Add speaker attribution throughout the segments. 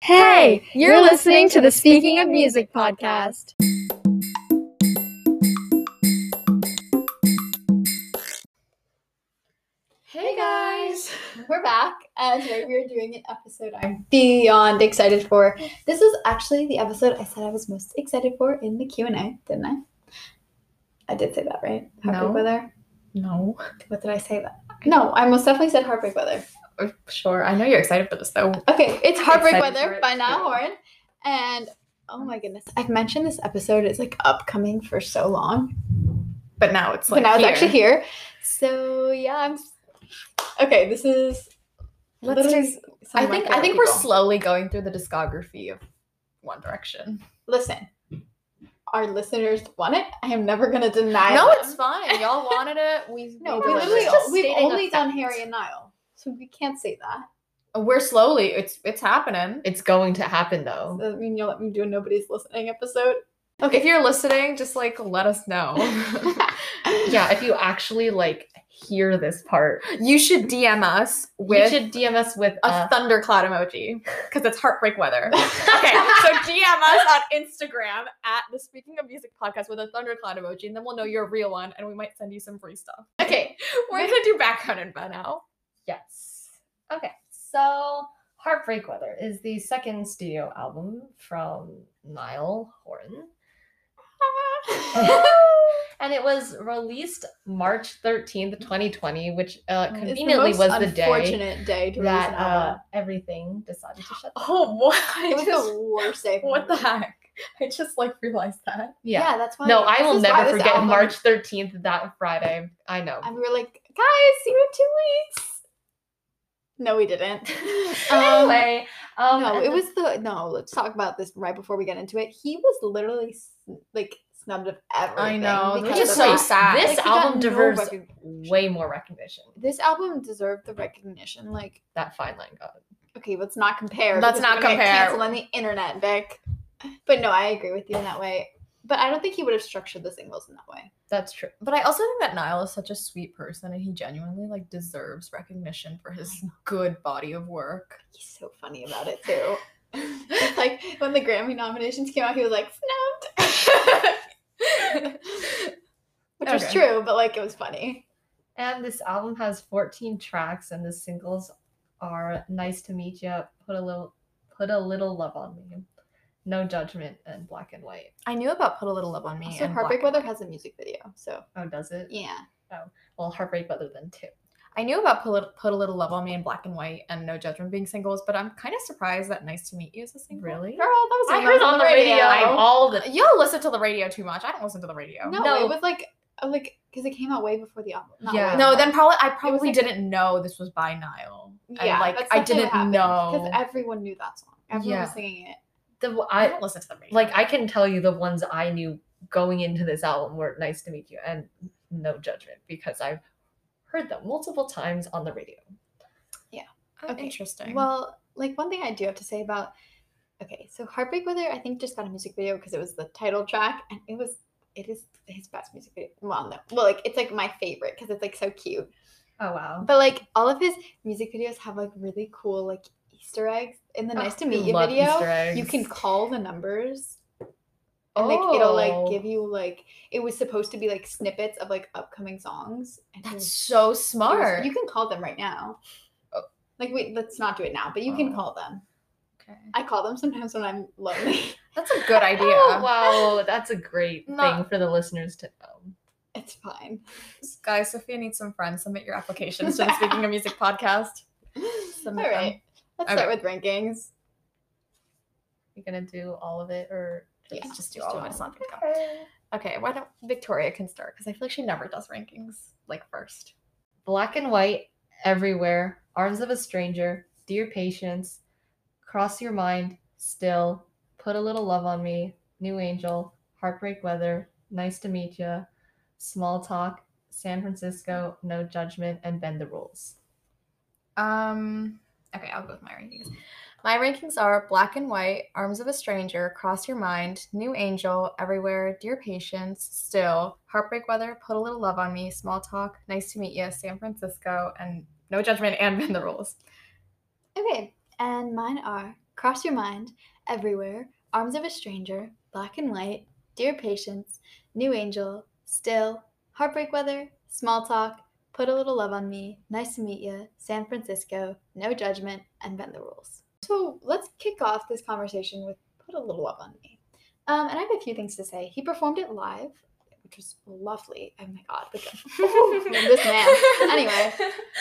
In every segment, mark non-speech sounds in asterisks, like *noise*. Speaker 1: Hey, you're listening to the Speaking of Music podcast. Hey guys, we're back, and today we're doing an episode I'm beyond excited for. This is actually the episode I said I was most excited for in the Q and A, didn't I? I did say that, right? Heartbreak
Speaker 2: No.
Speaker 1: weather.
Speaker 2: No.
Speaker 1: What did I say that? No, I most definitely said heartbreak weather.
Speaker 2: Oh, Sure. I know you're excited for this though.
Speaker 1: Okay, it's heartbreak
Speaker 2: excited for
Speaker 1: weather
Speaker 2: it
Speaker 1: by
Speaker 2: too.
Speaker 1: now, Warren. And oh my goodness, I've mentioned this episode is like upcoming for so long,
Speaker 2: But now it's
Speaker 1: but
Speaker 2: like
Speaker 1: now it's actually here. So yeah, I'm. s- Okay, this is.
Speaker 2: Let's
Speaker 1: literally
Speaker 2: just
Speaker 1: some
Speaker 2: I
Speaker 1: of my
Speaker 2: think I
Speaker 1: favorite
Speaker 2: think we're
Speaker 1: people.
Speaker 2: slowly going through the discography of One Direction.
Speaker 1: Listen, our listeners want it. I am never gonna deny.
Speaker 2: no,
Speaker 1: them.
Speaker 2: it's *laughs* fine. Y'all wanted it. We
Speaker 1: No,
Speaker 2: we
Speaker 1: we
Speaker 2: were
Speaker 1: literally
Speaker 2: just
Speaker 1: we've
Speaker 2: stating a
Speaker 1: only done
Speaker 2: fact.
Speaker 1: Harry and Nile, so we can't say that.
Speaker 2: We're slowly. It's it's happening. It's going to happen
Speaker 3: Oh.
Speaker 2: though.
Speaker 1: I mean, you'll let me do a nobody's listening
Speaker 3: *laughs*
Speaker 1: episode.
Speaker 2: If you're listening, just like let us know.
Speaker 3: Oh. *laughs*
Speaker 2: yeah, if you actually like hear this part, you should DM us with
Speaker 3: you should DM us with
Speaker 2: a
Speaker 3: uh,
Speaker 2: thundercloud emoji because it's heartbreak
Speaker 3: *laughs*
Speaker 2: weather. okay, so DM us on Instagram at the Speaking of Music podcast with a thundercloud emoji, and then we'll know you're a real one, and we might send you some free stuff. Okay, *laughs* we're gonna do background info now.
Speaker 3: yes. Okay, so Heartbreak Weather is the second studio album from Niall Horan, *laughs* and it was released March thirteenth, twenty twenty, which uh,
Speaker 2: It's the
Speaker 3: conveniently
Speaker 1: It's
Speaker 3: was the
Speaker 1: most
Speaker 3: day
Speaker 1: unfortunate day to release
Speaker 3: that
Speaker 1: an album.
Speaker 3: uh, everything decided to shut. down.
Speaker 2: oh, what? I
Speaker 1: It was
Speaker 2: just-
Speaker 1: the worst day. I've
Speaker 2: what the
Speaker 1: ever-
Speaker 2: heck? I just like realized that.
Speaker 3: Yeah.
Speaker 1: that's why.
Speaker 3: No,
Speaker 1: this
Speaker 3: I will
Speaker 1: is why
Speaker 3: never
Speaker 1: this
Speaker 3: forget
Speaker 1: album- Um,
Speaker 3: March thirteenth, that Friday. I know.
Speaker 1: And we were like, guys, see you in two weeks. No, we didn't. Um,
Speaker 3: *laughs* anyway,
Speaker 2: Oh,
Speaker 3: um,
Speaker 1: no,
Speaker 3: and
Speaker 1: it
Speaker 3: the-
Speaker 1: was the no. Let's talk about this right before we get into it. He was literally sn- like snubbed of everything.
Speaker 2: know, which
Speaker 1: because
Speaker 2: is
Speaker 1: of
Speaker 2: so
Speaker 1: that.
Speaker 2: sad.
Speaker 1: Like,
Speaker 3: This
Speaker 1: he got
Speaker 3: album
Speaker 1: no
Speaker 3: deserves
Speaker 1: recogn-
Speaker 3: way more recognition.
Speaker 1: This album deserved the recognition. Like,
Speaker 3: That fine line got.
Speaker 1: okay, let's not compare.
Speaker 2: Let's
Speaker 1: because
Speaker 2: not
Speaker 1: we're gonna get
Speaker 2: compare.
Speaker 1: Canceled on the internet, Vic. But no, I agree with you in that way. But I don't think he would have structured the singles in that way.
Speaker 3: That's true.
Speaker 2: But I also think that Niall is such a sweet person and he genuinely like deserves recognition for his good body of work.
Speaker 1: he's so funny about it too. *laughs* It's like when the Grammy nominations came out, he was like snubbed, *laughs* which was
Speaker 2: Okay.
Speaker 1: true, but like it was funny.
Speaker 3: And this album has 14 tracks, and the singles are "Nice to Meet You," "Put a Little," "Put a Little Love on Me," "No Judgment," and "Black and White."
Speaker 2: I knew about Put a Little Love on Me.
Speaker 1: Also,
Speaker 2: and
Speaker 1: Heartbreak
Speaker 2: Black-
Speaker 1: Weather has a music video, so
Speaker 3: Oh, does it?
Speaker 1: yeah.
Speaker 3: Well, Heartbreak Weather then too.
Speaker 2: I knew about Put a, Put a Little Love on Me and Black and White and No Judgment being singles, but I'm kind of surprised that Nice to Meet You is a single.
Speaker 3: Really?
Speaker 1: Girl, that was
Speaker 3: I
Speaker 1: when
Speaker 3: heard on the radio, all the.
Speaker 2: You don't listen to the radio too much. I don't listen to the radio.
Speaker 1: No,
Speaker 3: No.
Speaker 1: it was like uh, like because it came out way before the album. not
Speaker 3: Yeah.
Speaker 1: way
Speaker 2: No,
Speaker 1: before.
Speaker 2: then probably I probably
Speaker 1: like-
Speaker 2: didn't know this was by Niall. And,
Speaker 1: yeah,
Speaker 2: like I didn't know.
Speaker 1: because everyone knew that song. Everyone was
Speaker 2: Yeah.
Speaker 1: singing it.
Speaker 3: The
Speaker 2: I
Speaker 3: I
Speaker 2: don't listen to the radio.
Speaker 3: like. I can tell you the ones I knew going into this album were "Nice to Meet You" and "No Judgment" because I've heard them multiple times on the radio.
Speaker 2: Oh,
Speaker 1: okay.
Speaker 2: interesting.
Speaker 1: Well, like one thing I do have to say about okay, so Heartbreak Weather, I think just got a music video because it was the title track, and it was it is his best music video. Well, no, well, like it's like my favorite because it's like so cute.
Speaker 3: Oh wow.
Speaker 1: But like all of his music videos have like really cool like Easter eggs in the Nice to Meet You video. You can call the numbers. And like it'll
Speaker 2: Oh.
Speaker 1: like give you like it was supposed to be like snippets of like upcoming songs. And it
Speaker 2: That's
Speaker 1: was-
Speaker 2: so
Speaker 1: it was-
Speaker 2: smart.
Speaker 1: you can call them right now.
Speaker 2: Oh.
Speaker 1: Like wait, let's not do it now, but you can
Speaker 2: Oh.
Speaker 1: call them.
Speaker 2: okay.
Speaker 1: I call them sometimes when I'm lonely. *laughs*
Speaker 2: That's a good idea.
Speaker 3: Oh, wow, that's a great thing
Speaker 2: Not-
Speaker 3: for the listeners to know.
Speaker 1: It's fine.
Speaker 2: Guys, Sophia needs some friends. Submit your
Speaker 1: *laughs*
Speaker 2: applications to the Speaking of Music podcast.
Speaker 1: All
Speaker 2: of them.
Speaker 1: right. Let's start with rankings.
Speaker 3: You're gonna do all of it, or
Speaker 1: Yeah,
Speaker 2: Let's just do
Speaker 1: just
Speaker 2: all
Speaker 1: do
Speaker 2: of
Speaker 1: all
Speaker 2: it. It's not gonna count.
Speaker 3: Okay.
Speaker 2: Okay, why don't Victoria can start? Because I feel like she never does rankings like first.
Speaker 3: black and white everywhere? Arms of a stranger, dear patience, cross your mind, still, put a little love on me, new angel, heartbreak weather, nice to meet ya, small talk, San Francisco, no judgment, and bend the rules.
Speaker 2: Um. Okay, I'll go with my rankings. My rankings are Black and White, Arms of a Stranger, Cross Your Mind, New Angel, Everywhere, Dear Patience, Still, Heartbreak Weather, Put a Little Love on Me, Small Talk, Nice to Meet You, San Francisco, and No Judgment and Bend the Rules.
Speaker 1: Okay. And mine are Cross Your Mind, Everywhere, Arms of a Stranger, Black and White, Dear Patience, New Angel, Still, Heartbreak Weather, Small Talk, Put a Little Love on Me, Nice to Meet You, San Francisco, No Judgment, and Bend the Rules. So let's kick off this conversation with Put a Little Love on Me. Um, and I have a few things to say. He performed it live, which was lovely. Oh my god, *laughs* look at Ooh, this man. Anyway,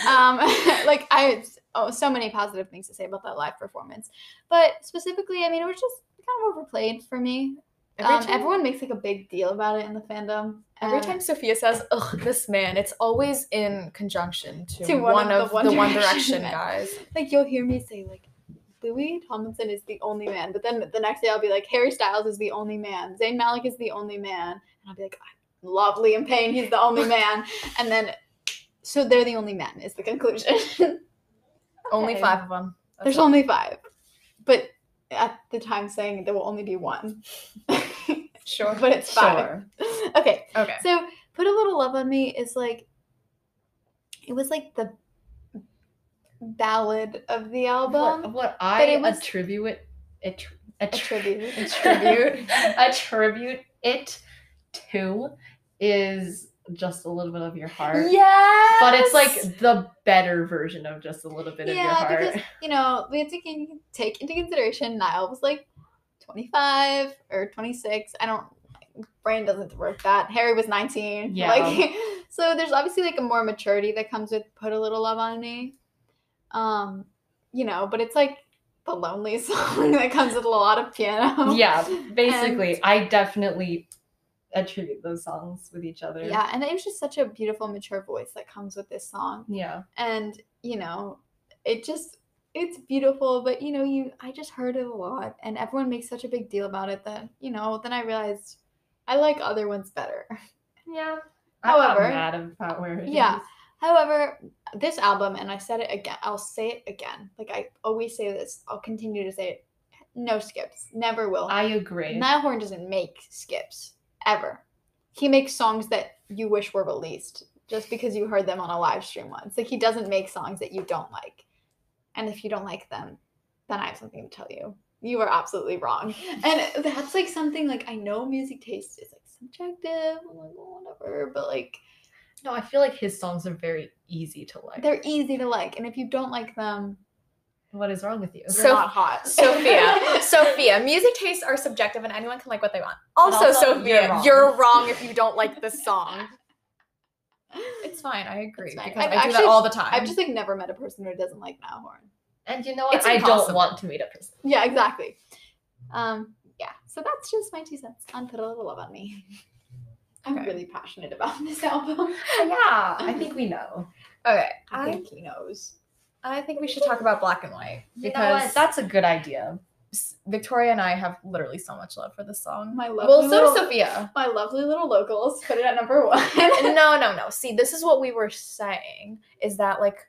Speaker 1: um, *laughs* like I oh, so many positive things to say about that live performance, but specifically, I mean, it was just kind of overplayed for me.
Speaker 2: Every
Speaker 1: um,
Speaker 2: time-
Speaker 1: everyone makes like a big deal about it in the fandom. Uh,
Speaker 2: Every
Speaker 1: and-
Speaker 2: time Sophia says, ugh, this man, it's always in conjunction to,
Speaker 1: To
Speaker 2: one, of the One, Direction
Speaker 1: men.
Speaker 2: guys. *laughs*
Speaker 1: like you'll hear me say like Louis Tomlinson is the only man, but then the next day I'll be like Harry Styles is the only man, Zayn Malik is the only man, and I'll be like I'm lovely in pain, he's the *laughs* only man, and then so they're the only men is the conclusion. *laughs*
Speaker 2: Only
Speaker 3: Okay.
Speaker 2: five of them. That's
Speaker 1: There's
Speaker 2: all.
Speaker 1: only five, but at the time saying there will only be one, *laughs* but
Speaker 2: Sure.
Speaker 1: it's five.
Speaker 3: Sure.
Speaker 1: *laughs* Okay,
Speaker 2: *laughs* Okay.
Speaker 1: so put a little love on me is like it was like the ballad of the album.
Speaker 3: What, what I
Speaker 1: it was-
Speaker 3: attribute it, attr-
Speaker 1: A tribute.
Speaker 3: attribute *laughs* attribute it to is just a little bit of your heart.
Speaker 2: Yeah.
Speaker 3: But it's like the better version of just a little bit of your
Speaker 1: yeah,
Speaker 3: heart.
Speaker 1: because you know we have to con- take into consideration Niall was like 25 or 26. I don't. Brain doesn't work that. Harry was 19. *laughs*
Speaker 3: Yeah.
Speaker 1: Like, so there's obviously like a more maturity that comes with put a little love on me. Um, you know, but it's like the lonely *laughs* song that comes with a lot of piano.
Speaker 3: *laughs* yeah, basically, I definitely attribute those songs with each other.
Speaker 1: Yeah, and it was just such a beautiful, mature voice that comes with this song.
Speaker 3: Yeah.
Speaker 1: and you know it just it's beautiful but you know you i just heard it a lot and everyone makes such a big deal about it that you know then i realized i like other ones better *laughs*
Speaker 3: Yeah. I'm not
Speaker 1: However-
Speaker 3: mad about where it
Speaker 1: Yeah.
Speaker 3: is.
Speaker 1: however this album and i said it again i'll say it again like i always say this i'll continue to say it no skips never will
Speaker 3: I agree.
Speaker 1: Niall Horn doesn't make skips ever. He makes songs that you wish were released just because you heard them on a live stream once. Like he doesn't make songs that you don't like. And if you don't like them, then I have something to tell you. You are absolutely wrong. And that's like something like I know music taste is like subjective, like, whatever, but like
Speaker 3: no, I feel like his songs are very easy to like.
Speaker 1: they're easy to like. And if you don't like them,
Speaker 3: What is wrong with you?
Speaker 1: they're
Speaker 2: So-
Speaker 1: not *laughs* hot.
Speaker 2: *laughs* Sophia, Sophia, music tastes are subjective and anyone can like what they want. Also,
Speaker 3: also,
Speaker 2: Sophia,
Speaker 3: you're
Speaker 2: you're
Speaker 3: wrong.
Speaker 2: wrong. if you don't like this song. *laughs* It's fine. I agree
Speaker 1: It's fine.
Speaker 2: because i
Speaker 1: I've
Speaker 2: do that
Speaker 1: actually-
Speaker 2: all the time.
Speaker 1: I've just like never met a person who doesn't like Niall Horn.
Speaker 3: and you know what?
Speaker 2: It's
Speaker 3: I don't
Speaker 2: impossible.
Speaker 3: want to meet up. person.
Speaker 1: Yeah, exactly. Um, yeah. So that's just my two cents on Put a Little Love on Me. I'm
Speaker 2: Okay.
Speaker 1: really passionate about *laughs* this album.
Speaker 3: yeah, I think *laughs* we know.
Speaker 2: okay.
Speaker 1: I
Speaker 2: I,
Speaker 1: think he knows.
Speaker 2: I think we should talk about black and white
Speaker 3: You know
Speaker 2: because
Speaker 3: what? That's a good idea.
Speaker 2: S- Victoria and I have literally so much love for this song.
Speaker 1: My lovely
Speaker 2: well, so
Speaker 1: little-
Speaker 2: does Sophia.
Speaker 1: My lovely little locals put it at number *laughs* one.
Speaker 2: no, no, no. See, this is what we were saying is that like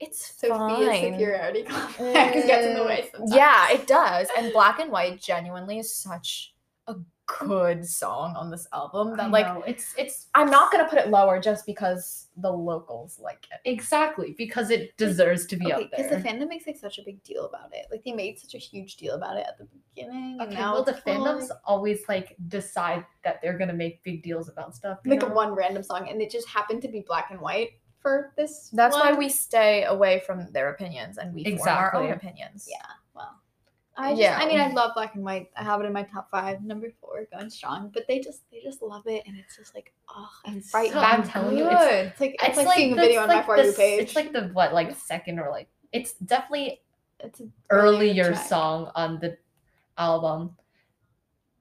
Speaker 2: it's
Speaker 1: Sophia's
Speaker 2: fine.
Speaker 1: superiority *laughs* complex gets in the way
Speaker 2: Mm,
Speaker 1: sometimes.
Speaker 2: Yeah, it does. And Black and White genuinely is such a good song on this album that
Speaker 3: I
Speaker 2: like
Speaker 3: know, it's it's
Speaker 2: I'm not gonna put it lower just because the locals like it.
Speaker 3: exactly because it deserves to be
Speaker 1: Okay,
Speaker 3: up
Speaker 1: because the
Speaker 3: there.
Speaker 1: fandom makes like such a big deal about it. Like they made such a huge deal about it at the beginning. and
Speaker 3: Okay,
Speaker 1: now
Speaker 3: well, the
Speaker 1: it's gone.
Speaker 3: fandoms always like decide that they're gonna make big deals about stuff. you
Speaker 1: like
Speaker 3: know?
Speaker 1: one random song, and it just happened to be black and white for this.
Speaker 2: That's why
Speaker 1: one.
Speaker 2: we stay away from their opinions and we form
Speaker 3: Exactly.
Speaker 2: our own opinions.
Speaker 1: Yeah. Well, I just,
Speaker 2: Yeah.
Speaker 1: I mean, I love black and white. I have it in my top five, number four, going strong. But they just, they just love it, and it's just like, oh, and
Speaker 3: It's
Speaker 1: right
Speaker 3: so
Speaker 1: back.
Speaker 3: I'm telling you, it's-
Speaker 2: good.
Speaker 1: It's like it's, like, seeing a
Speaker 3: that's
Speaker 1: video on my
Speaker 3: like
Speaker 1: for
Speaker 3: the
Speaker 1: you
Speaker 3: s-
Speaker 1: page.
Speaker 3: It's like the what like second or like it's definitely
Speaker 1: it's a
Speaker 3: earlier
Speaker 1: track.
Speaker 3: song on the album.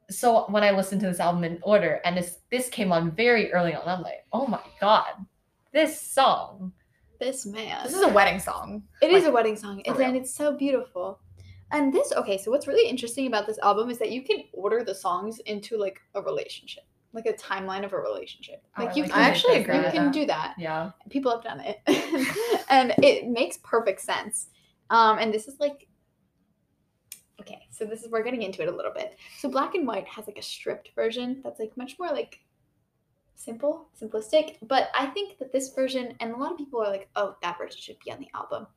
Speaker 3: So when I listened to this album in order, and this this came on very early on, I'm like, oh my god, this song.
Speaker 1: This man.
Speaker 2: This is a wedding song.
Speaker 1: It is
Speaker 2: Like,
Speaker 1: a wedding song,
Speaker 2: for
Speaker 1: and then
Speaker 2: real.
Speaker 1: it's so beautiful. And this, okay, so what's really interesting about this album is that you can order the songs into like a relationship, like a timeline of a relationship.
Speaker 3: Oh,
Speaker 1: Like
Speaker 3: I
Speaker 1: you
Speaker 3: like
Speaker 1: can,
Speaker 2: I actually
Speaker 1: you
Speaker 2: agree with
Speaker 1: can
Speaker 2: that.
Speaker 1: do that.
Speaker 3: Yeah,
Speaker 1: people have done it *laughs* and it makes perfect sense um and this is like okay so this is we're getting into it a little bit so black and white has like a stripped version that's like much more like simple simplistic but i think that this version and a lot of people are like oh that version should be on the album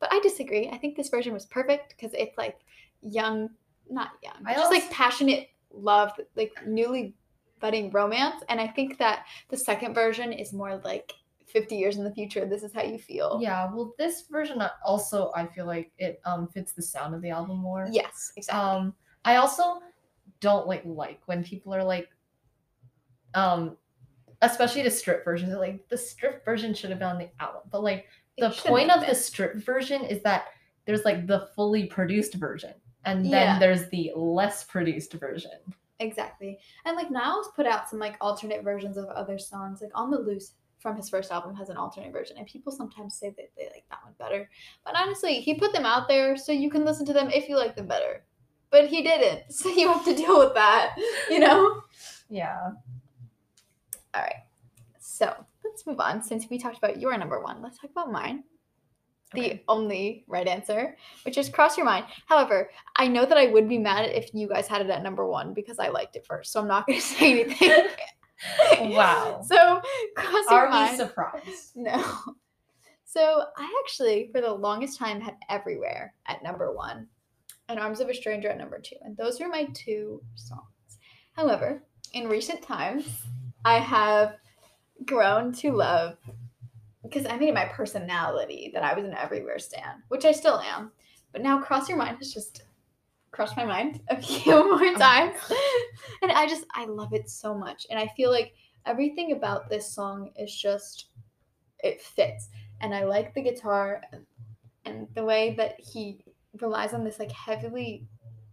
Speaker 1: But I disagree. I think this version was perfect because it's like young, not young,
Speaker 3: I
Speaker 1: but just like
Speaker 3: also-
Speaker 1: passionate love, like newly budding romance. And I think that the second version is more like 50 years in the future. This is how you feel.
Speaker 3: Yeah, well, this version also I feel like it um fits the sound of the album more.
Speaker 1: Yes, exactly.
Speaker 3: Um, I also don't like like when people are like, um, especially the strip versions. they're Like the strip version should have been on the album, but like
Speaker 1: It
Speaker 3: the
Speaker 1: shouldn't
Speaker 3: point
Speaker 1: have
Speaker 3: of
Speaker 1: been.
Speaker 3: the strip version is that there's like the fully produced version, and then
Speaker 1: Yeah.
Speaker 3: there's the less produced version.
Speaker 1: Exactly. And like Niles put out some like alternate versions of other songs. Like On the Loose from his first album has an alternate version. And people sometimes say that they like that one better. But honestly, he put them out there so you can listen to them if you like them better. But he didn't. *laughs* So you have to deal with that, you know?
Speaker 3: Yeah.
Speaker 1: So let's move on. Since we talked about your number one, let's talk about mine. The
Speaker 3: Okay.
Speaker 1: only right answer, which is cross your mind. However, I know that I would be mad if you guys had it at number one because I liked it first. So I'm not going to *laughs* say anything.
Speaker 3: *laughs* Wow.
Speaker 1: So cross your
Speaker 3: Are we
Speaker 1: mind.
Speaker 3: surprised?
Speaker 1: *laughs* no. So I actually, for the longest time, had everywhere at number one, and Arms of a Stranger at number two, and those are my two songs. However, in recent times, I have grown to love because I made it my personality that I was an everywhere stan, which I still am. But now Cross Your Mind has just crossed my mind a *laughs* few more times. *laughs* and I just I love it so much. And I feel like everything about this song is just it fits. And I like the guitar and- and the way that he relies on this like heavily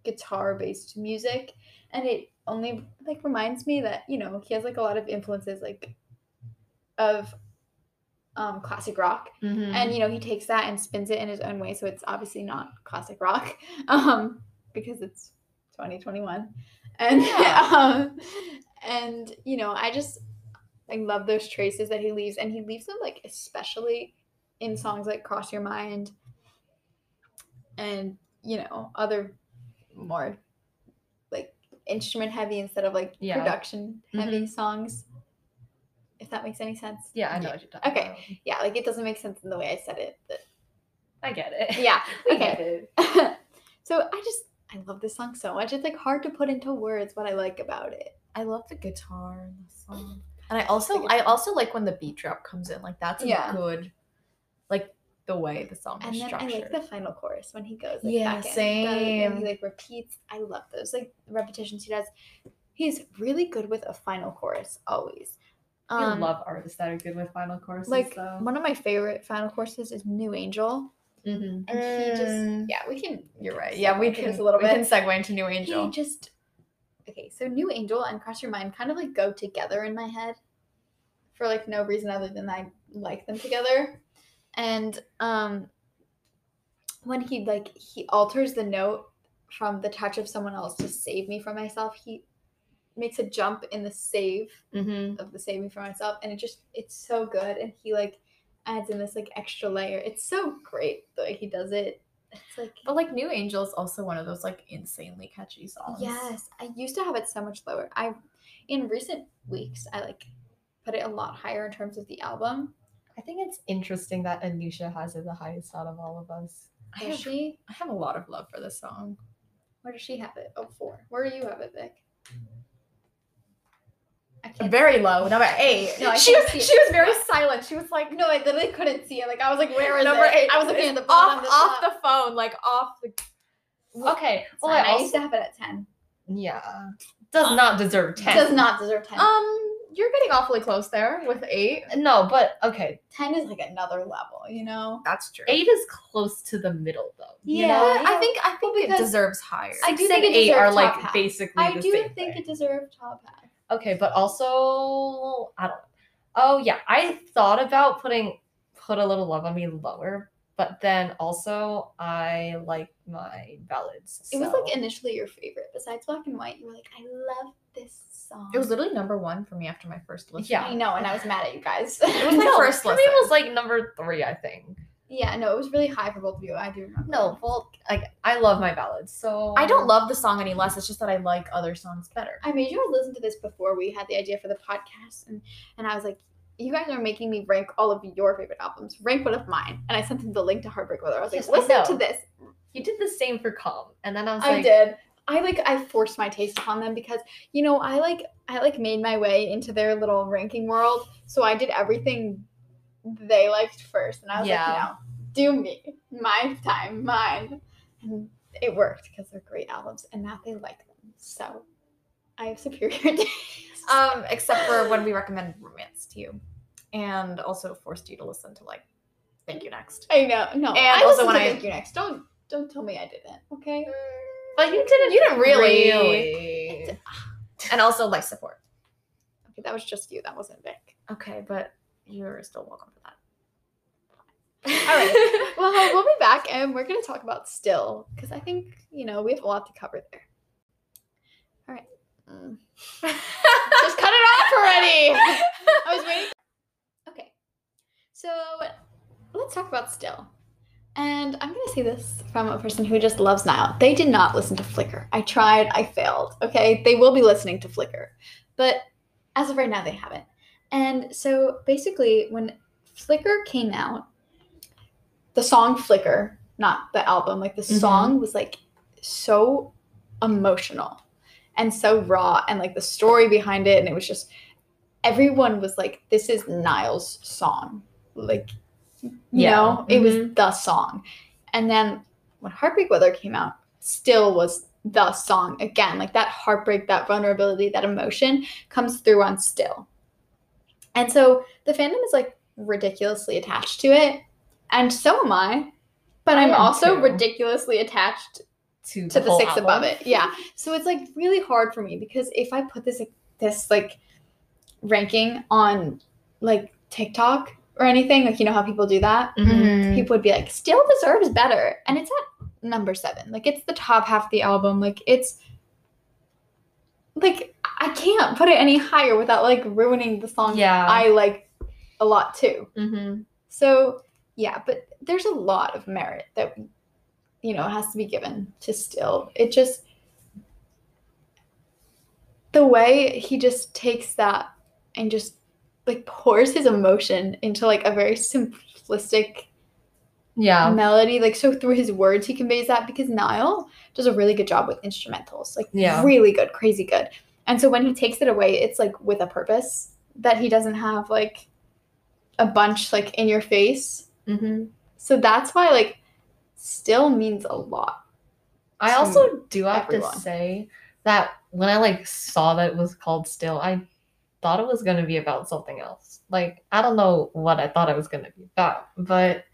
Speaker 1: guitar based music and it only like reminds me that you know he has like a lot of influences like of um classic rock and you know he takes that and spins it in his own way so it's obviously not classic rock *laughs* um because it's 2021 and
Speaker 3: Yeah.
Speaker 1: *laughs* um and you know i just i love those traces that he leaves and he leaves them like especially in songs like cross your mind and you know other more like instrument heavy instead of like
Speaker 3: Yeah. Mm-hmm.
Speaker 1: production heavy songs if that makes any sense
Speaker 3: yeah, I know
Speaker 2: Yeah.
Speaker 3: what you're talking
Speaker 1: Okay.
Speaker 3: about.
Speaker 1: yeah like it doesn't make sense in the way i said it but
Speaker 3: I get it. *laughs*
Speaker 1: yeah *laughs*
Speaker 3: We
Speaker 1: okay
Speaker 3: get it.
Speaker 1: so I just I love this song so much. It's like hard to put into words what I like about it.
Speaker 2: I love the guitar in the
Speaker 1: *laughs*
Speaker 2: song. And I also
Speaker 1: The
Speaker 2: I
Speaker 1: guitar.
Speaker 2: also like when the beat drop comes in. Like that's a
Speaker 1: Yeah.
Speaker 2: good like the way the song
Speaker 1: And
Speaker 2: is
Speaker 1: then
Speaker 2: structured.
Speaker 1: I like the final chorus when he goes like
Speaker 2: Oh, Yeah,
Speaker 1: back in. and he
Speaker 2: same.
Speaker 1: like repeats. I love those like repetitions he does. He's really good with a final chorus always.
Speaker 3: We
Speaker 1: Um,
Speaker 3: love artists that are good with final courses.
Speaker 1: like
Speaker 3: though.
Speaker 1: one of my favorite final courses is New Angel,
Speaker 3: Mhm.
Speaker 1: and he just
Speaker 2: Mm.
Speaker 1: yeah we can
Speaker 2: You're right. Yeah, we
Speaker 1: segue into
Speaker 2: can
Speaker 1: this a little
Speaker 2: we
Speaker 1: bit.
Speaker 2: can segue into New Angel.
Speaker 1: He just okay. So New Angel and Cross Your Mind kind of like go together in my head for like no reason other than I like them together. And um, when he like he alters the note from the touch of someone else to save me from myself, he makes a jump in the save
Speaker 3: Mm-hmm.
Speaker 1: of the save me from myself, and it just it's so good. And he like adds in this like extra layer. It's so great the way he does it. It's like
Speaker 2: But like New Angel is also one of those like insanely catchy songs.
Speaker 1: Yes, I used to have it so much lower. I, in recent weeks, I like put it a lot higher in terms of the album.
Speaker 3: I think it's interesting that Anusha has it the highest out of all of us.
Speaker 2: I
Speaker 1: Does
Speaker 2: have,
Speaker 1: she?
Speaker 2: I have a lot of love for this song.
Speaker 1: Where does she have it? Oh, four. Where do you have it, Vic? I can't.
Speaker 2: Very low, number eight.
Speaker 1: *laughs* No, I
Speaker 2: she
Speaker 1: can't
Speaker 2: was
Speaker 1: see
Speaker 2: she
Speaker 1: it. *laughs*
Speaker 2: was very silent. She was like
Speaker 1: no, I literally couldn't see it. Like I was like, where is
Speaker 2: number
Speaker 1: it?
Speaker 2: eight.
Speaker 1: I was looking
Speaker 2: It's
Speaker 1: at the bottom.
Speaker 2: off
Speaker 1: the
Speaker 2: off
Speaker 1: top.
Speaker 2: the phone, like off the
Speaker 3: Okay. Well,
Speaker 1: Fine,
Speaker 3: I
Speaker 1: I, used
Speaker 3: also
Speaker 1: to have it at ten.
Speaker 3: yeah does
Speaker 1: *laughs*
Speaker 3: not deserve ten.
Speaker 1: Does not deserve ten.
Speaker 2: Um, you're getting awfully close there with eight.
Speaker 3: no, but okay.
Speaker 1: ten is like another level, you know.
Speaker 2: That's true.
Speaker 3: Eight is close to the middle though.
Speaker 1: Yeah,
Speaker 2: But
Speaker 1: yeah.
Speaker 2: I think I think it
Speaker 1: because
Speaker 2: deserves higher.
Speaker 1: I
Speaker 3: Six
Speaker 1: do think
Speaker 3: and
Speaker 1: it
Speaker 3: eight are
Speaker 1: deserves
Speaker 3: like
Speaker 1: top half.
Speaker 3: basically
Speaker 1: I
Speaker 3: the
Speaker 1: do
Speaker 3: same
Speaker 1: think
Speaker 3: thing.
Speaker 1: it deserved top half.
Speaker 3: okay, but also I don't. Oh yeah, I thought about putting put a little love on me lower, but then also I like my ballads.
Speaker 1: It was
Speaker 3: so-
Speaker 1: like initially your favorite, besides black and white. You were like, I love this song.
Speaker 2: it was literally number one for me after my first listen.
Speaker 3: Yeah.
Speaker 1: I know, and I was mad at you guys. *laughs*
Speaker 2: It was my
Speaker 3: No,
Speaker 2: first
Speaker 3: for me
Speaker 2: lesson.
Speaker 3: it was like number three, I think.
Speaker 1: yeah, no, it was really high for both of you. I do remember.
Speaker 3: No, well, like I love my ballads, so
Speaker 2: I don't love the song any less. It's just that I like other songs better.
Speaker 1: I made you guys listen to this before we had the idea for the podcast, and and I was like, you guys are making me rank all of your favorite albums. Rank one of mine. And I sent him the link to Heartbreak Weather. I was
Speaker 3: Yes, I
Speaker 1: like, listen to
Speaker 3: know.
Speaker 1: this.
Speaker 3: You did the same for Calm, and then I was
Speaker 1: I
Speaker 3: like,
Speaker 1: did. I like I forced my taste upon them because you know I like I like made my way into their little ranking world. So I did everything they liked first, and I was
Speaker 3: Yeah.
Speaker 1: like, no, do me, my time, mine, and it worked because they're great albums, and now they like them. So I have superior *laughs* taste.
Speaker 2: Um, except for when we recommend romance to you, and also forced you to listen to like, thank you next.
Speaker 1: I know. No,
Speaker 2: and
Speaker 1: I
Speaker 2: also
Speaker 1: also
Speaker 2: when
Speaker 1: want to
Speaker 2: I-
Speaker 1: thank you next. Don't don't tell me I didn't. Okay.
Speaker 3: but you didn't. You didn't
Speaker 2: really-
Speaker 1: It's-
Speaker 3: really.
Speaker 2: And also life support.
Speaker 1: Okay, that was just you. That wasn't Vic.
Speaker 2: Okay, but you're still welcome for that.
Speaker 1: All right. *laughs*
Speaker 2: *laughs*
Speaker 1: Well, we'll be back and we're going to talk about still because I think, you know, we have a lot to cover there. All right. Mm. Just cut it off already. I was waiting. Okay. So let's talk about still. And I'm going to say this from a person who just loves Nile. They did not listen to Flickr. I tried, I failed. Okay. They will be listening to Flickr. But as of right now, they haven't. And so basically, when Flickr came out, the song Flicker, not the album, like the
Speaker 3: Mhm.
Speaker 1: song was like so emotional and so raw and like the story behind it and it was just everyone was like this is Niall's song. Like you
Speaker 3: Yeah. Mm-hmm.
Speaker 1: know, it was the song. And then when Heartbreak Weather came out, still was the song again. Like that heartbreak, that vulnerability, that emotion comes through on still. And so the fandom is like ridiculously attached to it. And so am I. But
Speaker 3: I
Speaker 1: I'm
Speaker 3: am
Speaker 1: also
Speaker 3: too.
Speaker 1: ridiculously attached
Speaker 3: To,
Speaker 1: to the
Speaker 3: whole
Speaker 1: six above
Speaker 3: album.
Speaker 1: it. Yeah. So it's like really hard for me because if I put this like, this like ranking on like TikTok or anything, like you know how people do that,
Speaker 3: Mhm.
Speaker 1: people would be like, still deserves better. And it's at number seven. Like it's the top half of the album. Like it's like I can't put it any higher without like ruining the song
Speaker 3: Yeah.
Speaker 1: I like a lot too.
Speaker 3: Mhm.
Speaker 1: So yeah, but there's a lot of merit that you know has to be given to still. It just the way he just takes that and just like pours his emotion into like a very simplistic
Speaker 3: Yeah.
Speaker 1: melody. Like so through his words he conveys that because Niall does a really good job with instrumentals. Like
Speaker 3: Yeah.
Speaker 1: really good, crazy good. And so when he takes it away, it's like with a purpose that he doesn't have like a bunch like in your face
Speaker 3: Mhm.
Speaker 1: so that's why like still means a lot.
Speaker 3: I
Speaker 1: To
Speaker 3: also do have
Speaker 1: everyone.
Speaker 3: to say that when I like saw that it was called Still, I thought it was gonna be about something else. Like I don't know what I thought it was gonna be about, but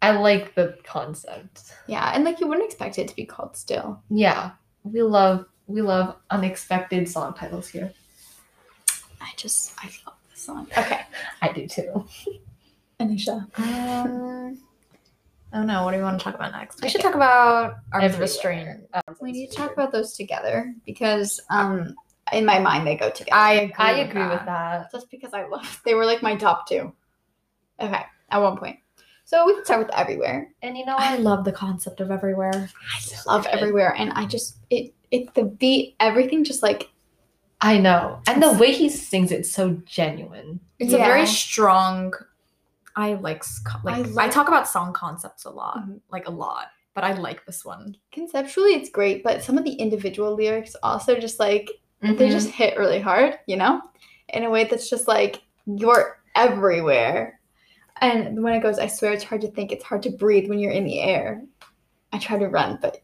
Speaker 3: I like the concept.
Speaker 1: Yeah, and like you wouldn't expect it to be called still.
Speaker 3: Yeah, we love we love unexpected song titles here.
Speaker 1: I just I love this song. Okay.
Speaker 3: I do too.
Speaker 1: Anisha.
Speaker 2: Um, oh no, what do we want to talk about next? We
Speaker 1: I
Speaker 2: should
Speaker 1: think-
Speaker 2: talk about arms of
Speaker 3: Everywhere.
Speaker 2: a stranger.
Speaker 3: Um,
Speaker 1: We need to talk about those together because um in my mind they go together.
Speaker 2: I agree.
Speaker 3: I agree with that.
Speaker 1: just because I love they were like my top two. Okay, at one point. So we can start with everywhere.
Speaker 3: And you know
Speaker 2: I
Speaker 3: what?
Speaker 2: love the concept of everywhere.
Speaker 1: I love
Speaker 3: good.
Speaker 1: everywhere and I just it it the beat, everything just like
Speaker 3: I know. And the way he sings it's so genuine.
Speaker 2: It's a
Speaker 1: Yeah.
Speaker 2: very strong. I like s- co- like I, Mm-hmm.
Speaker 1: I like-
Speaker 2: talk about song concepts a lot,
Speaker 1: Mhm.
Speaker 2: like a lot. But I like this one.
Speaker 1: conceptually it's great, but some of the individual lyrics also just like they just hit really hard, you know, in a way that's just like you're everywhere. And when it goes, I swear it's hard to think, it's hard to breathe when you're in the air. I try to run, but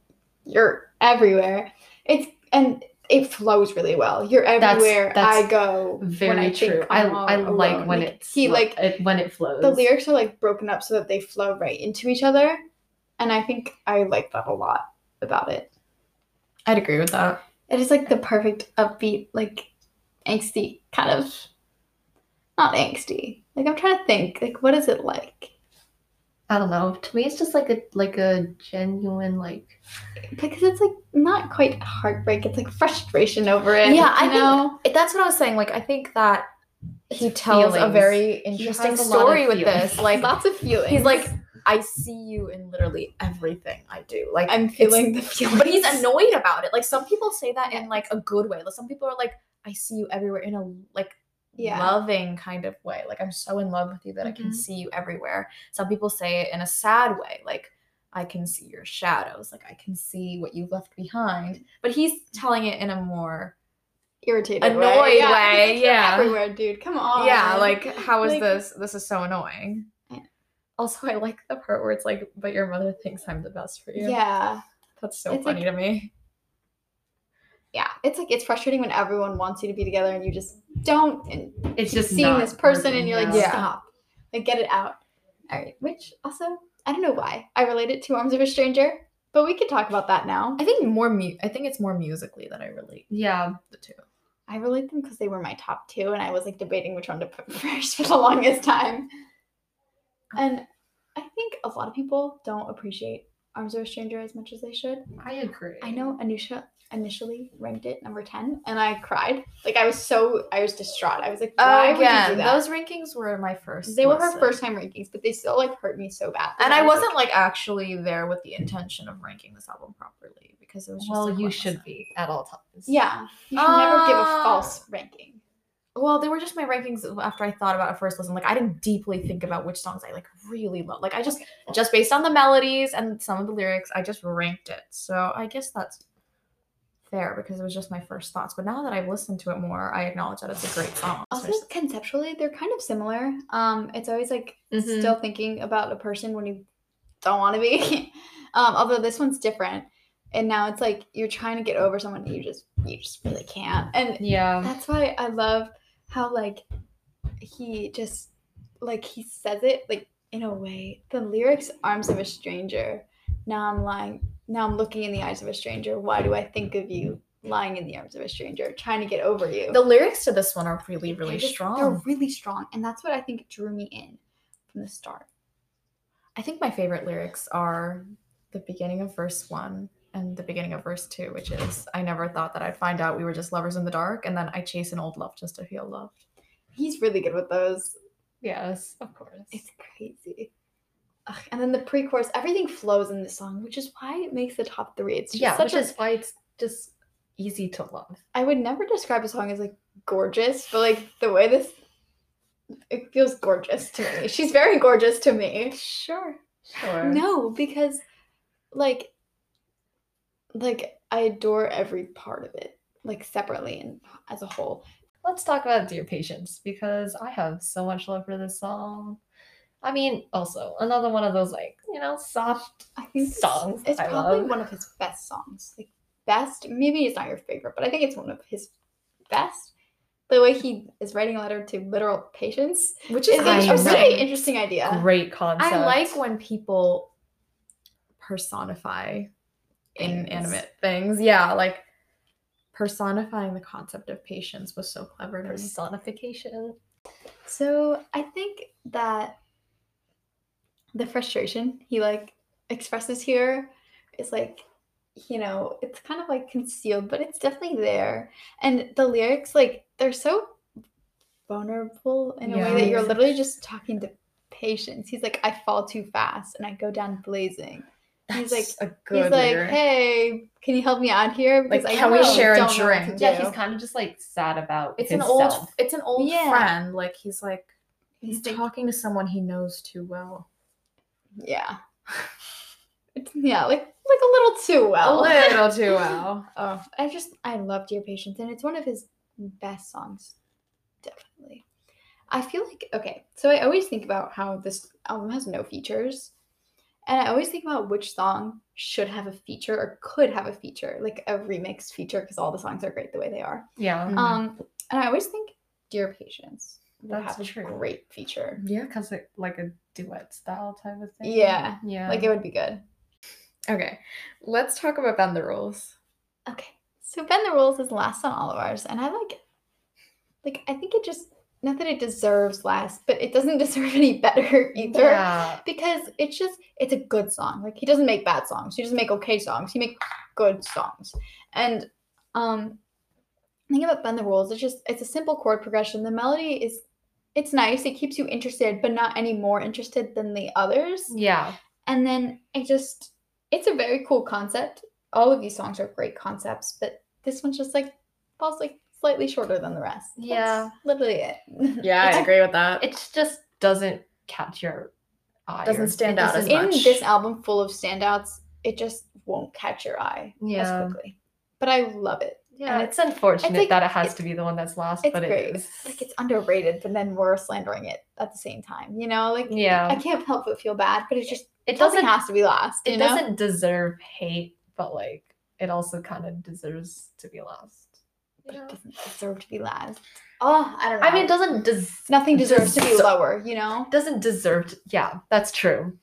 Speaker 1: you're everywhere. It's and it flows really well. You're
Speaker 3: That's-
Speaker 1: everywhere
Speaker 3: that's
Speaker 1: I go. when
Speaker 3: very
Speaker 1: I think
Speaker 3: true. I
Speaker 1: I'm all
Speaker 3: I like
Speaker 1: alone.
Speaker 3: when
Speaker 1: Like,
Speaker 3: it's
Speaker 1: he like
Speaker 3: it, when it flows.
Speaker 1: the lyrics are like broken up so that they flow right into each other, and I think I like that a lot about it.
Speaker 2: I'd agree with that.
Speaker 1: It is like the perfect upbeat, like angsty kind of not angsty. Like I'm trying to think, like what is it like?
Speaker 3: I don't know. To me, it's just like a like a genuine like.
Speaker 1: Because it's like not quite heartbreak, it's like frustration over it.
Speaker 2: Yeah, I
Speaker 1: you know?
Speaker 2: It- That's what I was saying. Like I think that he
Speaker 3: It's
Speaker 2: tells a
Speaker 3: feelings.
Speaker 2: very
Speaker 3: has
Speaker 2: interesting
Speaker 3: a lot of
Speaker 2: story with
Speaker 3: feelings.
Speaker 2: this. Like
Speaker 1: lots of feelings.
Speaker 2: he's like, I see you in literally everything I do. Like
Speaker 1: I'm *laughs* feeling the feelings.
Speaker 2: *laughs* but *laughs* he's annoyed about it. Like some people say that in like a good way. Like some people are like, I see you everywhere in a like
Speaker 1: Yeah.
Speaker 2: loving kind of way. Like I'm so in love with you that I can
Speaker 3: Mhm.
Speaker 2: see you everywhere. Some people say it in a sad way, like I can see your shadows, like I can see what you've left behind. But he's telling it in a more
Speaker 1: irritated
Speaker 2: Annoyed
Speaker 1: way. Yeah,
Speaker 2: way,
Speaker 1: like, you're
Speaker 2: yeah.
Speaker 1: everywhere, dude. Come on.
Speaker 2: yeah, like how is
Speaker 1: Like-
Speaker 2: this? This is so annoying.
Speaker 1: Yeah.
Speaker 2: Also, I like the part where it's like, but your mother thinks I'm the best for you.
Speaker 1: yeah.
Speaker 2: that's so
Speaker 1: It's like-
Speaker 2: funny to me.
Speaker 1: Yeah, it's like it's frustrating when everyone wants you to be together and you just don't, and
Speaker 3: It's
Speaker 1: keep
Speaker 3: just
Speaker 1: seeing
Speaker 3: not
Speaker 1: this person and
Speaker 3: working
Speaker 1: you're like,
Speaker 3: out.
Speaker 2: Yeah.
Speaker 1: stop, like get it out. All right, which also I don't know why I relate it to Arms of a Stranger, but we could talk about that now.
Speaker 2: I think more mu- I think it's more musically that I relate
Speaker 3: yeah.
Speaker 2: the two.
Speaker 1: I relate them because they were my top two, and I was like debating which one to put *laughs* first for the longest time. And I think a lot of people don't appreciate Arms of a Stranger as much as they should.
Speaker 3: I agree.
Speaker 1: I know Anusha initially ranked it number 10 and I cried. Like I was so I was distraught. I was like, why would you do that?
Speaker 2: Oh, those rankings were my first.
Speaker 1: they were her
Speaker 2: listen.
Speaker 1: first time rankings, but they still like hurt me so bad.
Speaker 2: and I wasn't like actually there with the intention of ranking this album properly because it was just.
Speaker 3: Well,
Speaker 2: like,
Speaker 3: you
Speaker 2: one
Speaker 3: should
Speaker 2: listen.
Speaker 3: be at all times.
Speaker 1: Yeah. You should never give a
Speaker 2: Uh,
Speaker 1: false ranking.
Speaker 2: Well, they were just my rankings after I thought about it first listen. Like I didn't deeply think about which songs I like really love. Like I just just based on the melodies and some of the lyrics, I just ranked it. So I guess that's fair because it was just my first thoughts. But now that I've listened to it more, I acknowledge that it's a great song.
Speaker 1: Also
Speaker 2: especially-
Speaker 1: conceptually, they're kind of similar. Um, it's always like
Speaker 3: Mhm.
Speaker 1: still thinking about a person when you don't want to be. *laughs* um, although this one's different. And now it's like you're trying to get over someone and you just you just really can't. And
Speaker 3: Yeah.
Speaker 1: That's why I love how like he just like he says it like in a way. The lyrics arms of a stranger. Now I'm lying now I'm looking in the eyes of a stranger. Why do I think of you lying in the arms of a stranger, trying to get over you? Oh.
Speaker 2: the lyrics to this one are really,
Speaker 1: They're
Speaker 2: really
Speaker 1: just-
Speaker 2: strong.
Speaker 1: They're really strong. And that's what I think drew me in from the start.
Speaker 2: I think my favorite lyrics are the beginning of verse one and the beginning of verse two, which is I never thought that I'd find out we were just lovers in the dark, and then I chase an old love just to feel loved.
Speaker 1: He's really good with those.
Speaker 3: Yes, of course.
Speaker 1: It's crazy. Ugh, and then the pre-chorus, everything flows in this song, which is why it makes the top three. It's just
Speaker 3: yeah,
Speaker 1: such
Speaker 3: which
Speaker 1: a
Speaker 3: is why it's just easy to love.
Speaker 1: I would never describe a song as like gorgeous, but like the way this it feels gorgeous to me. She's very gorgeous to me.
Speaker 2: Sure.
Speaker 3: Sure.
Speaker 1: No, because like like I adore every part of it, like separately and as a whole.
Speaker 3: Let's talk about Dear Patience because I have so much love for this song. I mean, also another one of those like you know soft.
Speaker 1: I think it's-
Speaker 3: Songs
Speaker 1: It's
Speaker 3: I
Speaker 1: probably
Speaker 3: love.
Speaker 1: one of his best songs. Like best, maybe it's not your favorite, but I think it's one of his best. The way he is writing a letter to literal patients
Speaker 2: Which
Speaker 1: is
Speaker 2: is
Speaker 1: like, a
Speaker 3: know.
Speaker 1: really interesting idea.
Speaker 3: Great concept.
Speaker 2: I like when people personify inanimate things. Yeah, like personifying the concept of patience was so clever to me.
Speaker 3: personification.
Speaker 1: So I think that the frustration he like expresses here is like, you know, it's kind of like concealed, but it's definitely there. And the lyrics, like, they're so vulnerable in a way that you're
Speaker 2: Yeah.
Speaker 1: literally just talking to patients. He's like, I fall too fast and I go down blazing. He's
Speaker 2: That's a
Speaker 1: He's like,
Speaker 2: lyric.
Speaker 1: hey, can you help me out here?
Speaker 2: Like,
Speaker 1: I
Speaker 2: can we
Speaker 1: really
Speaker 2: share a
Speaker 1: don't know what to
Speaker 2: drink?
Speaker 1: do."
Speaker 3: Yeah, he's kind of just like sad about
Speaker 2: it's an old
Speaker 3: himself.
Speaker 2: it's an old
Speaker 1: Yeah.
Speaker 2: friend. Like he's like
Speaker 1: He's
Speaker 2: he's
Speaker 1: like-
Speaker 2: talking to someone he knows too well.
Speaker 1: Yeah. *laughs* It's, yeah, like like a little too well.
Speaker 2: too well.
Speaker 1: oh, I just I love Dear Patience, and it's one of his best songs, definitely. I feel like okay, so I always think about how this album has no features, and I always think about which song should have a feature or could have a feature, like a remix feature, because all the songs are great the way they are.
Speaker 3: Yeah,
Speaker 2: Mhm.
Speaker 1: Um, and I always think Dear Patience will
Speaker 3: That's
Speaker 1: have a
Speaker 3: true.
Speaker 1: great feature.
Speaker 3: yeah, because it like a duet style type of thing.
Speaker 1: Yeah,
Speaker 3: yeah.
Speaker 1: Like it would be good.
Speaker 2: Okay. Let's talk about Bend the Rules.
Speaker 1: Okay. So Bend the Rules is last on all of ours, and I like it. Like I think it just not that it deserves last, but it doesn't *laughs* deserve any better either.
Speaker 3: yeah.
Speaker 1: Because it's just it's a good song. Like he doesn't make bad songs. He doesn't make okay songs. He makes good songs. And um the thing about Bend the Rules, it's just it's a simple chord progression. The melody is it's nice. It keeps you interested, but not any more interested than the others.
Speaker 3: Yeah.
Speaker 1: And then it just, it's a very cool concept. All of these songs are great concepts, but this one's just like falls like slightly shorter than the rest. That's
Speaker 2: Yeah.
Speaker 1: literally it.
Speaker 4: *laughs* Yeah, I
Speaker 3: It's-
Speaker 4: agree with that.
Speaker 3: It just doesn't catch your eye.
Speaker 2: Doesn't
Speaker 3: or-
Speaker 2: stand
Speaker 3: it
Speaker 2: out as
Speaker 3: doesn't-
Speaker 1: In
Speaker 2: much.
Speaker 1: this album full of standouts, it just won't catch your eye
Speaker 3: Yeah.
Speaker 1: as quickly. But I love it.
Speaker 3: Yeah,
Speaker 1: And
Speaker 3: it's unfortunate
Speaker 1: it's like-
Speaker 3: that it has
Speaker 1: it-
Speaker 3: to be the one that's last,
Speaker 1: It's
Speaker 3: but
Speaker 1: great.
Speaker 3: it is.
Speaker 1: Like it's underrated, but then we're slandering it at the same time. You know, like I
Speaker 3: yeah,
Speaker 1: can't help but feel bad, but it's just
Speaker 3: it
Speaker 1: something
Speaker 3: doesn't.
Speaker 1: has to be last.
Speaker 3: It
Speaker 1: you know?
Speaker 3: doesn't deserve hate, but like it also kind of deserves to be last.
Speaker 1: but it doesn't deserve to be last. Oh, I don't know.
Speaker 3: I mean, *laughs* it doesn't des-
Speaker 1: nothing deserves to be
Speaker 3: deser-
Speaker 1: lower, you know?
Speaker 3: doesn't deserve. To, yeah, that's true.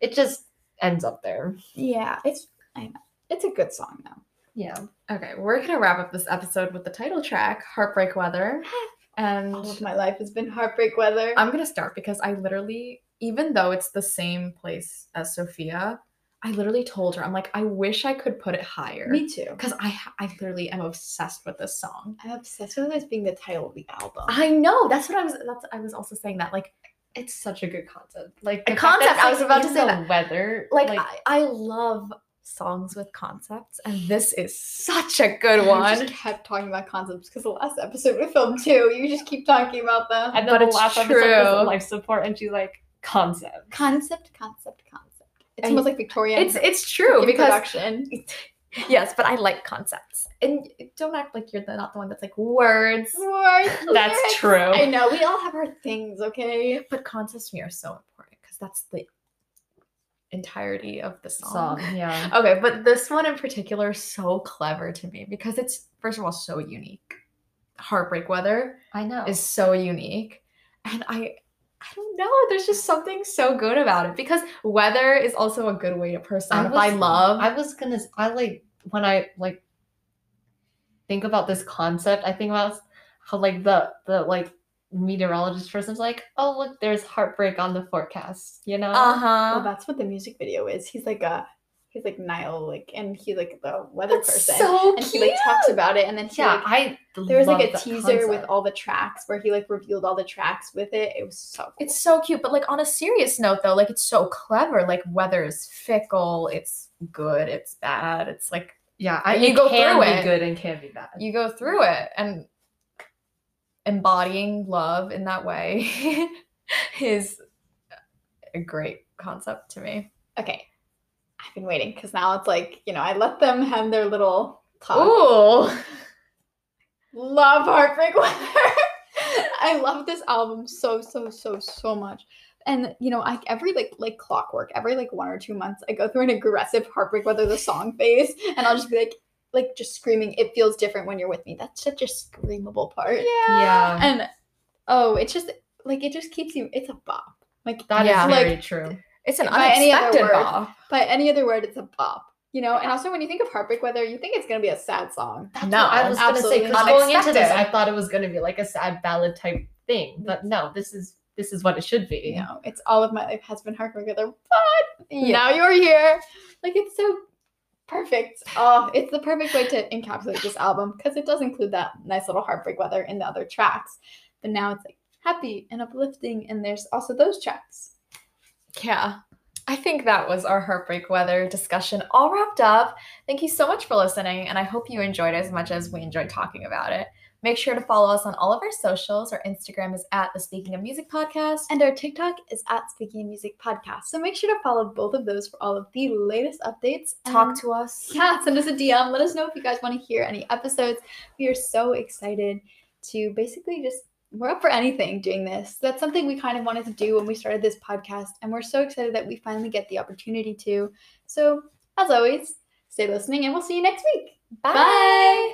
Speaker 3: It just ends up there.
Speaker 1: Yeah, it's I know. It's a good song though.
Speaker 3: Yeah,
Speaker 2: Okay, we're gonna wrap up this episode with the title track, Heartbreak Weather. And
Speaker 1: All of my life has been heartbreak weather.
Speaker 2: I'm gonna start because I literally, even though it's the same place as Sophia, I literally told her, I'm like, I wish I could put it higher.
Speaker 1: Me too.
Speaker 2: Because I, ha- I literally am obsessed with this song.
Speaker 1: I'm obsessed with this being the title of the album.
Speaker 2: I know. That's what I was. That's I was also saying that. Like,
Speaker 3: it's such a good concept. Like
Speaker 2: A
Speaker 3: the fact that
Speaker 2: concept, I
Speaker 3: it's,
Speaker 2: was about to
Speaker 3: even
Speaker 2: say
Speaker 3: the
Speaker 2: that.
Speaker 3: weather.
Speaker 2: like, I, I love songs with concepts, and this is such a good *laughs*
Speaker 1: You
Speaker 2: one.
Speaker 1: just kept talking about concepts because the last episode we filmed too. You just keep talking about them.
Speaker 3: and
Speaker 2: but
Speaker 3: then the
Speaker 2: it's
Speaker 3: last episode
Speaker 2: true.
Speaker 3: was life support, and she's like
Speaker 1: *laughs*
Speaker 3: concept.
Speaker 1: concept, concept, concept. It's
Speaker 2: I-
Speaker 1: almost like Victoria.
Speaker 2: it's it's true
Speaker 1: because
Speaker 2: because
Speaker 1: production.
Speaker 2: yes, but I like concepts, and don't act like you're the, not the one that's like words. *laughs*
Speaker 1: Worth lyrics.
Speaker 3: That's true.
Speaker 1: I know we all have our things, okay?
Speaker 2: But concepts to me are so important because that's the entirety of the song.
Speaker 3: Song, yeah.
Speaker 2: Okay, but this one in particular is so clever to me because it's first of all so unique. Heartbreak Weather
Speaker 3: I know.
Speaker 2: is so unique, and I I don't know. There's just something so good about it because weather is also a good way to personify
Speaker 3: was-
Speaker 2: love.
Speaker 3: I was gonna. s- I like when I like think about this concept. I think about how like the the like meteorologist person's like, oh look, there's heartbreak on the forecast. You know,
Speaker 2: uh
Speaker 1: Well,
Speaker 2: huh.
Speaker 1: that's what the music video is. He's like a, he's like Niall, like, and he's like the weather
Speaker 2: That's
Speaker 1: person.
Speaker 2: so
Speaker 1: and he
Speaker 2: cute.
Speaker 1: like talks about it, and then he
Speaker 3: yeah.
Speaker 1: like,
Speaker 3: I
Speaker 1: there was like
Speaker 3: love
Speaker 1: a
Speaker 3: that
Speaker 1: teaser with
Speaker 3: concept.
Speaker 1: all the tracks where he like revealed all the tracks with it. It was so. Cool.
Speaker 2: It's so cute, but like on a serious note though, like it's so clever. Like weather is fickle, it's good, it's bad, it's like
Speaker 3: yeah. I,
Speaker 2: you
Speaker 3: it
Speaker 2: go
Speaker 3: can
Speaker 2: through
Speaker 3: be
Speaker 2: it.
Speaker 3: good and can be bad.
Speaker 2: you go through it and embodying love in that way *laughs* is a great concept to me.
Speaker 1: okay. I've been waiting because now it's like you know I let them have their little talk.
Speaker 2: Ooh.
Speaker 1: Love heartbreak *laughs* weather. I love this album so so so so much. And you know, I every like like clockwork, every like one or two months, I go through an aggressive heartbreak weather the song phase, and I'll just be like, like just screaming. It feels different when you're with me. That's such a screamable part.
Speaker 3: Yeah,
Speaker 1: And oh, it's just like it just keeps you. It's a bop. Like
Speaker 3: that is
Speaker 2: Yeah.
Speaker 3: very
Speaker 1: Like-
Speaker 3: true.
Speaker 2: It's an
Speaker 1: By any other
Speaker 2: unexpected
Speaker 1: word.
Speaker 2: bop.
Speaker 1: by any other word, it's a bop. You know. And also, when you think of heartbreak weather, you think it's gonna be a sad song.
Speaker 3: That's
Speaker 2: No,
Speaker 3: what I was gonna say.
Speaker 1: absolutely
Speaker 3: 'cause going into this, I
Speaker 2: unexpected.
Speaker 3: thought it was gonna be like a sad ballad type thing, but no, this is this is what it should be.
Speaker 1: You know, it's all of my life has been heartbreak weather, but now you're here. Like it's so perfect. Oh, it's the perfect way to encapsulate this album because it does include that nice little heartbreak weather in the other tracks. But now it's like happy and uplifting, and there's also those tracks.
Speaker 2: Yeah. I think that was our heartbreak weather discussion all wrapped up. Thank you so much for listening, and I hope you enjoyed as much as we enjoyed talking about it. Make sure to follow us on all of our socials. Our Instagram is at the Speaking of Music Podcast.
Speaker 1: And our TikTok is at Speaking of Music Podcast. So make sure to follow both of those for all of the latest updates.
Speaker 2: Talk to us.
Speaker 1: Um, *laughs* yeah, send us a DM. Let us know if you guys want to hear any episodes. We are so excited to basically just we're up for anything doing this. That's something we kind of wanted to do when we started this podcast, and we're so excited that we finally get the opportunity to. So as always, stay listening, and we'll see you next week. Bye.